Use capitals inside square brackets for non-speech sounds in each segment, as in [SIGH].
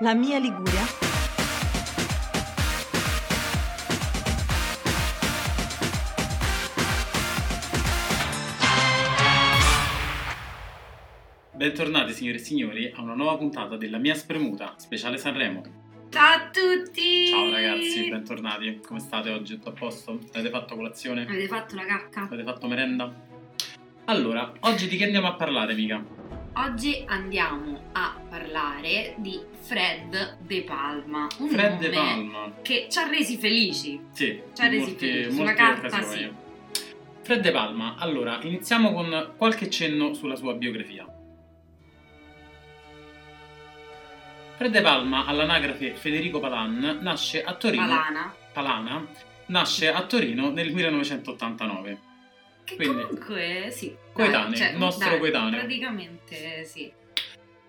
La mia Liguria. Bentornati signore e signori a una nuova puntata della mia spremuta, speciale Sanremo. Ciao a tutti! Ciao ragazzi, bentornati. Come state oggi? Tutto a posto? Avete fatto colazione? Avete fatto la cacca? Avete fatto merenda? Allora, oggi di che andiamo a parlare, mica? Oggi andiamo a parlare di Fred De Palma, un Fred nome De Palma. che ci ha resi felici. Sì, Cioè, in resi molte, felici. Sulla molte carta, occasioni. Fred De Palma, allora, iniziamo con qualche cenno sulla sua biografia. Fred De Palma, all'anagrafe Federico Palan, nasce a Torino. Malana. Palana nasce a Torino nel 1989. Che Quindi- comunque, sì. Coetanei, Dai, cioè, nostro dai, coetaneo. Praticamente sì. [LAUGHS]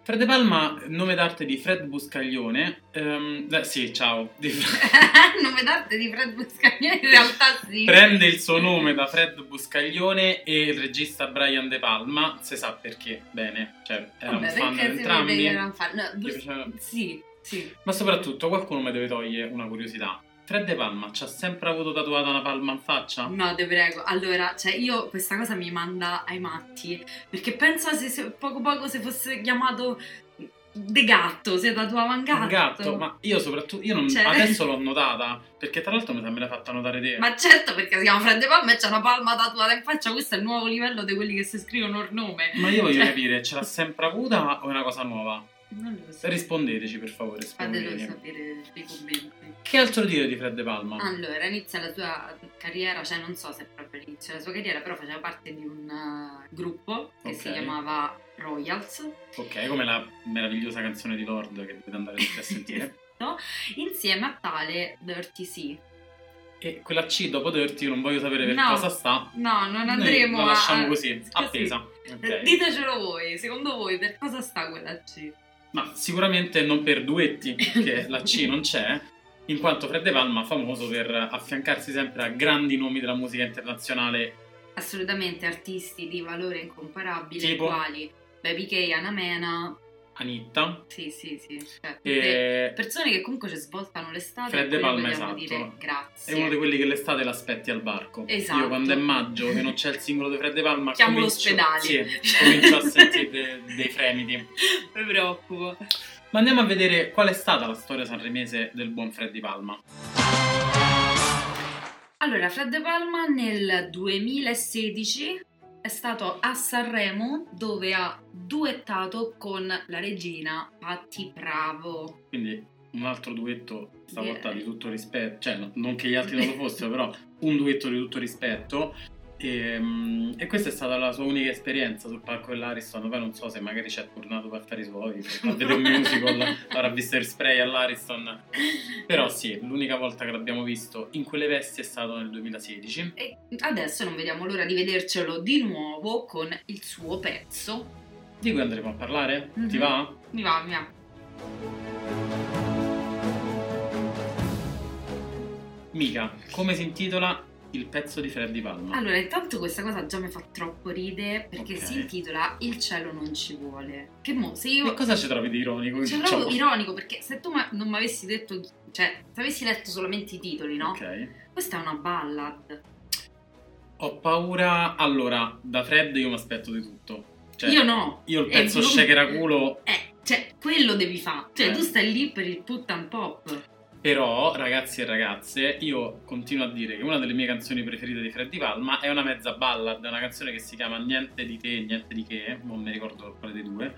Fred De Palma, nome d'arte di Fred Buscaglione. ehm, eh, sì, ciao. di Fred- nome d'arte di Fred Buscaglione in realtà sì. [LAUGHS] Prende il suo nome da Fred Buscaglione e il regista Brian De Palma, se sa perché, bene, cioè era un Vabbè, fan di perché si vede entrambi. che era un fan. No, Gli Bus- piaceva- Sì, sì. Ma soprattutto qualcuno mi deve togliere una curiosità. Fred De Palma ci ha sempre avuto tatuata una palma in faccia? No, te prego. Allora, cioè, io questa cosa mi manda ai matti. Perché penso se, se poco poco se fosse chiamato De Gatto, se tatuava un gatto. Un gatto, ma io soprattutto io non- Cioè- [LAUGHS] adesso l'ho notata, perché tra l'altro mi sa me l'ha fatta notare te. Ma certo, perché si chiama Fred De Palma e c'è una palma tatuata in faccia. Questo è il nuovo livello di quelli che si scrivono il nome. Ma io voglio Cioè- capire, ce l'ha sempre avuta o è una cosa nuova? Non lo so. Rispondeteci per favore. Fatelo rispondeteci. sapere nei commenti. Che altro dire di Fred De Palma? Allora, inizia la sua carriera, cioè non so se proprio inizia la sua carriera, però faceva parte di un eh, gruppo che si Ok. chiamava Royals. Ok, come la meravigliosa canzone di Lord che dovete andare tutti a [LAUGHS] sentire. No? Insieme a tale Dirty Sea. e quella C dopo Dirty, io non voglio sapere per No. cosa sta. No, non Noi andremo La a. Eh, lasciamo così, così. appesa. ok. Ditecelo voi, secondo voi per cosa sta quella C? Ma sicuramente non per duetti, che la [LAUGHS] C non c'è, in quanto Fred De Palma è famoso per affiancarsi sempre a grandi nomi della musica internazionale. Assolutamente artisti di valore incomparabile, Tipo? quali Baby K, Anamena. Anitta Sì, sì, sì. cioè, tutte e... Persone che comunque ci svoltano l'estate Fred e De poi Palma, esatto. vogliamo dire grazie. È [LAUGHS] uno di quelli che l'estate l'aspetti al barco. Esatto. Io quando è maggio e non c'è il singolo di Fred De Palma Chiamo comincio- l'ospedale. Sì, comincio a sentire de- dei fremiti. Mi preoccupo. Ma andiamo a vedere qual è stata la storia sanremese del buon Fred Di Palma. Allora, Fred De Palma nel 2016 è stato a Sanremo dove ha duettato con la regina Patti Bravo. Quindi un altro duetto, stavolta Direi. di tutto rispetto, cioè no- non che gli altri non lo fossero, però un duetto di tutto rispetto. E, mm, e questa è stata la sua unica esperienza sul palco dell'Ariston. Poi non so se magari ci è tornato per fare i suoi, per a [LAUGHS] vedere un musical, avrà visto il spray all'Ariston. Però sì, l'unica volta che l'abbiamo visto in quelle vesti è stato nel 2016. E adesso non vediamo l'ora di vedercelo di nuovo con il suo pezzo. Di cui andremo a parlare? Mhm. Ti va? Mi va, mi va. Mica, come si intitola il pezzo di Freddy Palma? Allora, intanto questa cosa già mi fa troppo ridere perché Ok. si intitola Il cielo non ci vuole. Che mo, se Che io... cosa diciamo? ci trovi di ironico? in Cioè, ciò? proprio ironico perché se tu ma- non mi avessi detto, cioè, se avessi letto solamente i titoli, no? Ok. Questa è una ballad. Ho paura. Allora, da Fred io mi aspetto di tutto. Cioè, io no. io il E pezzo non- Shakeraculo, Eh, cioè, quello devi fare. Cioè, Eh. tu stai lì per il puttan pop. però, ragazzi e ragazze, io continuo a dire che una delle mie canzoni preferite di Fred Di Palma è una mezza ballad, una canzone che si chiama Niente di te, niente di che, non mi ricordo quale dei due.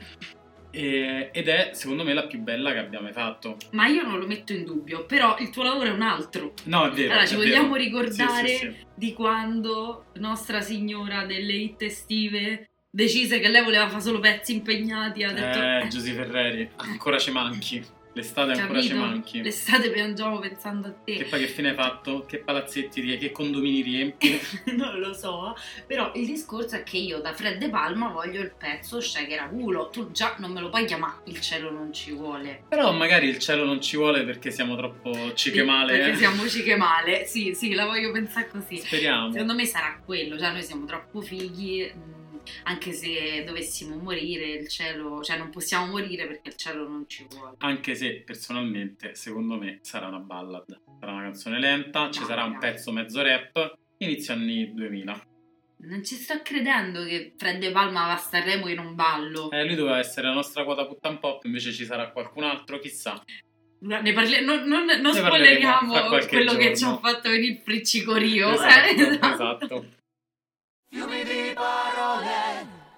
e- ed è, secondo me, la più bella che abbia mai fatto. Ma io non lo metto in dubbio, però il tuo lavoro è un altro. No, è vero. Allora, ci è vogliamo vero. ricordare Sì, sì, sì. di quando Nostra Signora delle hit estive decise che lei voleva fare solo pezzi impegnati. Ha detto... Eh, Giusy Ferreri, ancora ci manchi. L'estate ancora ci capito? manchi. L'estate piangiamo pensando a te. Che poi che fine hai fatto? Che palazzetti, rie- che condomini riempi? [LAUGHS] non lo so, eh. però il discorso è che io da Fred De Palma voglio il pezzo Shaker culo, tu già non me lo puoi chiamare, il cielo non ci vuole. Però magari il cielo non ci vuole perché siamo troppo eh. ciche male. Perché siamo ciche male, sì, sì, la voglio pensare così. Speriamo. Secondo me sarà quello, cioè noi siamo troppo fighi, mh, anche se dovessimo morire, il cielo, cioè non possiamo morire perché il cielo non ci vuole. Anche se personalmente, secondo me, sarà una ballad. Sarà una canzone lenta, ci Dai, sarà un dai. pezzo mezzo rap, inizio anni 2000. Non ci sto credendo che Fred De Palma va a Sanremo in un ballo. Eh, lui doveva essere la nostra quota puttan pop, invece ci sarà qualcun altro, chissà. Ne parli- non, non, non Ne parleremo spoileriamo fra qualche quello che ci giorno. ha fatto venire il friccicorio. eh, esatto, [LAUGHS] esatto. esatto.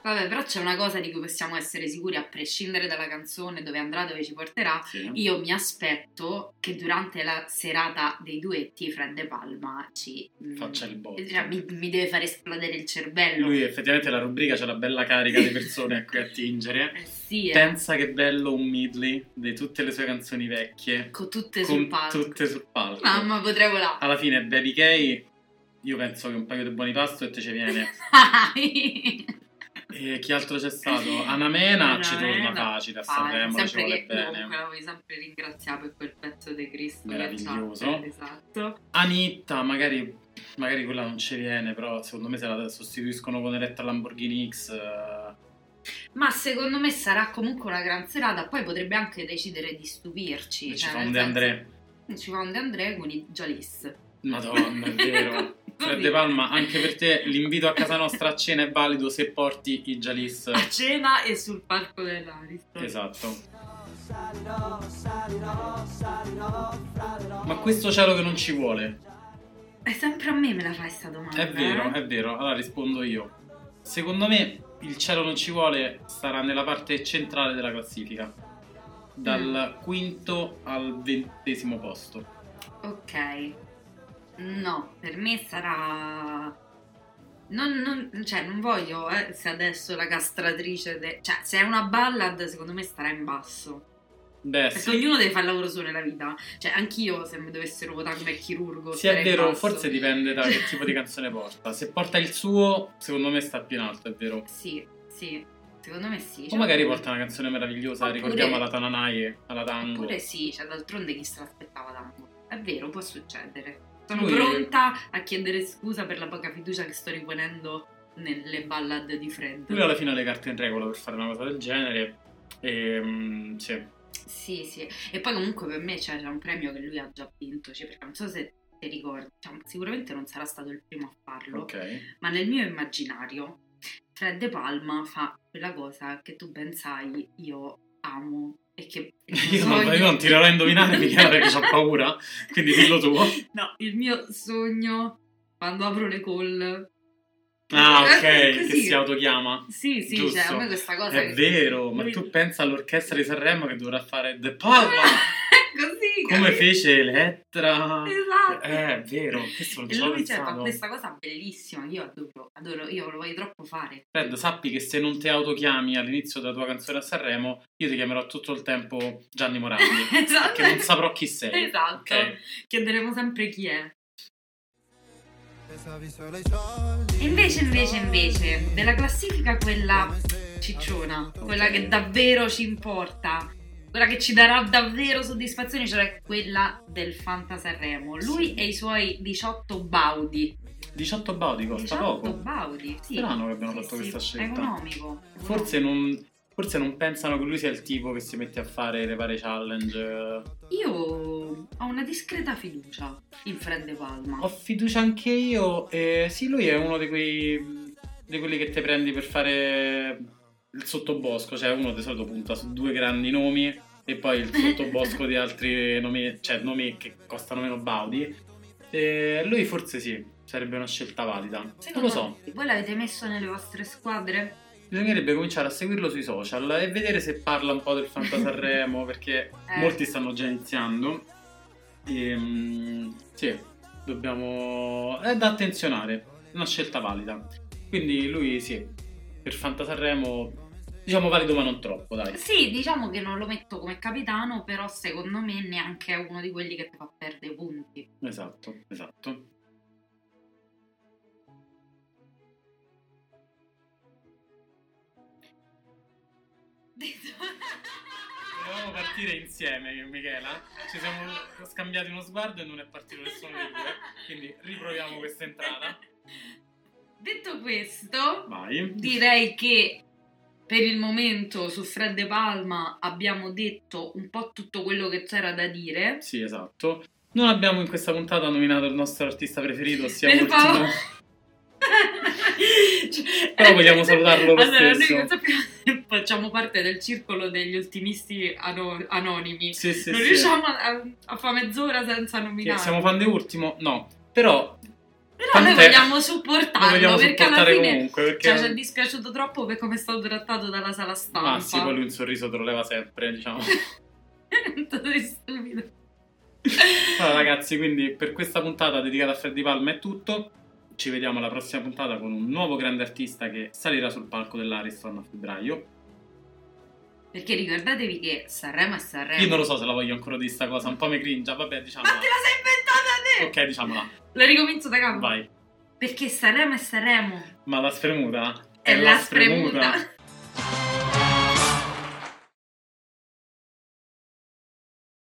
Vabbè, però c'è una cosa di cui possiamo essere sicuri, a prescindere dalla canzone, dove andrà, dove ci porterà. Sì. Io mi aspetto che durante la serata dei duetti Fred De Palma ci Faccia il botto. Cioè, mi, mi deve far esplodere il cervello. Lui effettivamente la rubrica c'è la bella carica di persone ecco, a cui attingere. Eh sì, eh. Pensa che bello un medley di tutte le sue canzoni vecchie, con tutte sul con palco. tutte sul palco. Mamma, potrei volare. Alla fine Baby K, io penso che un paio di buoni pasto e te ci viene. Ah. E chi altro c'è stato? Anamena ci torna Anamena, facile a Fai, Sanremo, ci sempre vuole che bene. comunque la vuoi sempre ringraziare per quel pezzo di Cristo Meraviglioso. che c'ha. Esatto. Anitta, magari, magari quella non ci viene, però secondo me se la sostituiscono con Eletta Lamborghini X... eh, Ma secondo me sarà comunque una gran serata, poi potrebbe anche decidere di stupirci. ci cioè, fa nel un De senso- André. Ci fa un De André con i Jalis. Madonna, è vero. [LAUGHS] Fred De Palma, anche per te l'invito a casa nostra a cena è valido se porti i Jalis. A cena e sul palco dell'Ariston. Esatto. Ma questo cielo che non ci vuole. È sempre a me me la fai sta domanda. È vero, eh? è vero. Allora rispondo io. Secondo me il cielo non ci vuole sarà nella parte centrale della classifica. Mm. Dal quinto al ventesimo posto. Ok. No, per me sarà. Non, non- cioè, non voglio eh, se adesso la castratrice. de- Cioè, se è una ballad, secondo me starà in basso. Beh, Perché Eh, sì. ognuno deve fare il lavoro suo nella vita. Cioè, anch'io se mi dovessero votare come chirurgo. Sì, è starei in vero, basso. forse dipende da che tipo di canzone porta. Se porta il suo, secondo me sta più in alto, è vero. [LAUGHS] Sì, sì. Secondo me sì. O cioè- magari porta una canzone meravigliosa, Oppure- ricordiamo alla Tananaie, alla Tango. Oppure sì, cioè d'altronde chi se l'aspettava tanto. È vero, può succedere. Sono Lui- pronta a chiedere scusa per la poca fiducia che sto riponendo nelle ballad di Fred. Lui alla fine ha le carte in regola per fare una cosa del genere. E, mm, sì. Sì, sì. E poi comunque per me cioè, c'è un premio che lui ha già vinto, cioè, perché non so se ti ricordi, cioè, sicuramente non sarà stato il primo a farlo, [LAUGHS] Ok. ma nel mio immaginario Fred De Palma fa quella cosa che tu ben sai io amo e che... [LAUGHS] Io non, io non tirerò a indovinare Michela perché ho paura, quindi dillo tu. [LAUGHS] No, il mio sogno quando apro le call. Ah, ok, Eh, che [LAUGHS] così. si autochiama. Sì, sì, Giusto. cioè a me questa cosa È vero, ma lui- [LAUGHS] tu pensa all'orchestra di Sanremo che dovrà fare The Palma, Così. come capito? fece Elettra. Esatto. Eh, è vero, questo non E ci avevo lui cioè, fa pensato. questa cosa bellissima, io adoro, adoro, io lo voglio troppo fare. [LAUGHS] Fred, sappi che se non ti autochiami all'inizio della tua canzone a Sanremo, io ti chiamerò tutto il tempo Gianni Morandi. [LAUGHS] esatto. perché non saprò chi sei. Esatto. ok? Chiederemo sempre chi è. Pensavi solo ai soldi. E invece, invece, invece, della classifica quella cicciona, quella che davvero ci importa, quella che ci darà davvero soddisfazioni, cioè quella del Fanta Sanremo. Lui e i suoi 18 baudi. 18 baudi costa 18 poco. baudi, sì. Strano che abbiano Sì, fatto sì, questa scelta. Economico. Forse non, forse non pensano che lui sia il tipo che si mette a fare le varie challenge. Io ho una discreta fiducia in Fred De Palma. Ho fiducia anche io. E sì, lui è uno di quei. di quelli che te prendi per fare il sottobosco. Cioè, uno di solito punta su due grandi nomi e poi il sottobosco di altri nomi, cioè nomi che costano meno baudi. E lui forse sì, sarebbe una scelta valida. Non lo Secondo so. me- Voi l'avete messo nelle vostre squadre? Bisognerebbe cominciare a seguirlo sui social e vedere se parla un po' del Fantasarremo perché Eh. molti stanno già iniziando. Ehm, sì, dobbiamo. È da attenzionare, una scelta valida. Quindi lui, sì, per Fantasarremo, diciamo valido ma non troppo, dai. Sì, diciamo che non lo metto come capitano, però secondo me neanche è uno di quelli che ti fa perdere punti. Esatto, esatto. Dovevamo partire insieme io e Michela. Ci siamo eh. scambiati uno sguardo e non è partito nessuno dei due. Quindi riproviamo questa entrata. [LAUGHS] Detto questo, Vai. direi che per il momento su Fred De Palma abbiamo detto un po' tutto quello che c'era da dire. [LAUGHS] Sì, esatto. Non abbiamo in questa puntata nominato il nostro artista preferito, ossia Per Ultimo. favore. Cioè- Però vogliamo salutarlo lo allora, stesso. Noi non sappiamo- facciamo parte del circolo degli ultimisti ano- anonimi. Sì, sì, non sì. riusciamo a, a fare mezz'ora senza Che nominare. siamo fan di Ultimo? No. Però Però noi tant'è. vogliamo lo supportarlo vogliamo perché alla supportare fine comunque, perché... cioè, ci è dispiaciuto troppo per come è stato trattato dalla sala stampa. Ah, sì, poi [LAUGHS] lui un sorriso te lo leva sempre, diciamo. Tanto sei stupido. Allora, ragazzi, quindi per questa puntata dedicata a Freddy Palma è tutto. Ci vediamo alla prossima puntata con un nuovo grande artista che salirà sul palco dell'Ariston a febbraio. Perché ricordatevi che Sanremo è Sanremo. Io non lo so se la voglio ancora di sta cosa, un po' mi cringia, vabbè, Ma diciamola. te la sei inventata te! Ok, diciamola, La ricomincio da capo. vai. Perché Sanremo è Sanremo. Ma la spremuta È, la spremuta.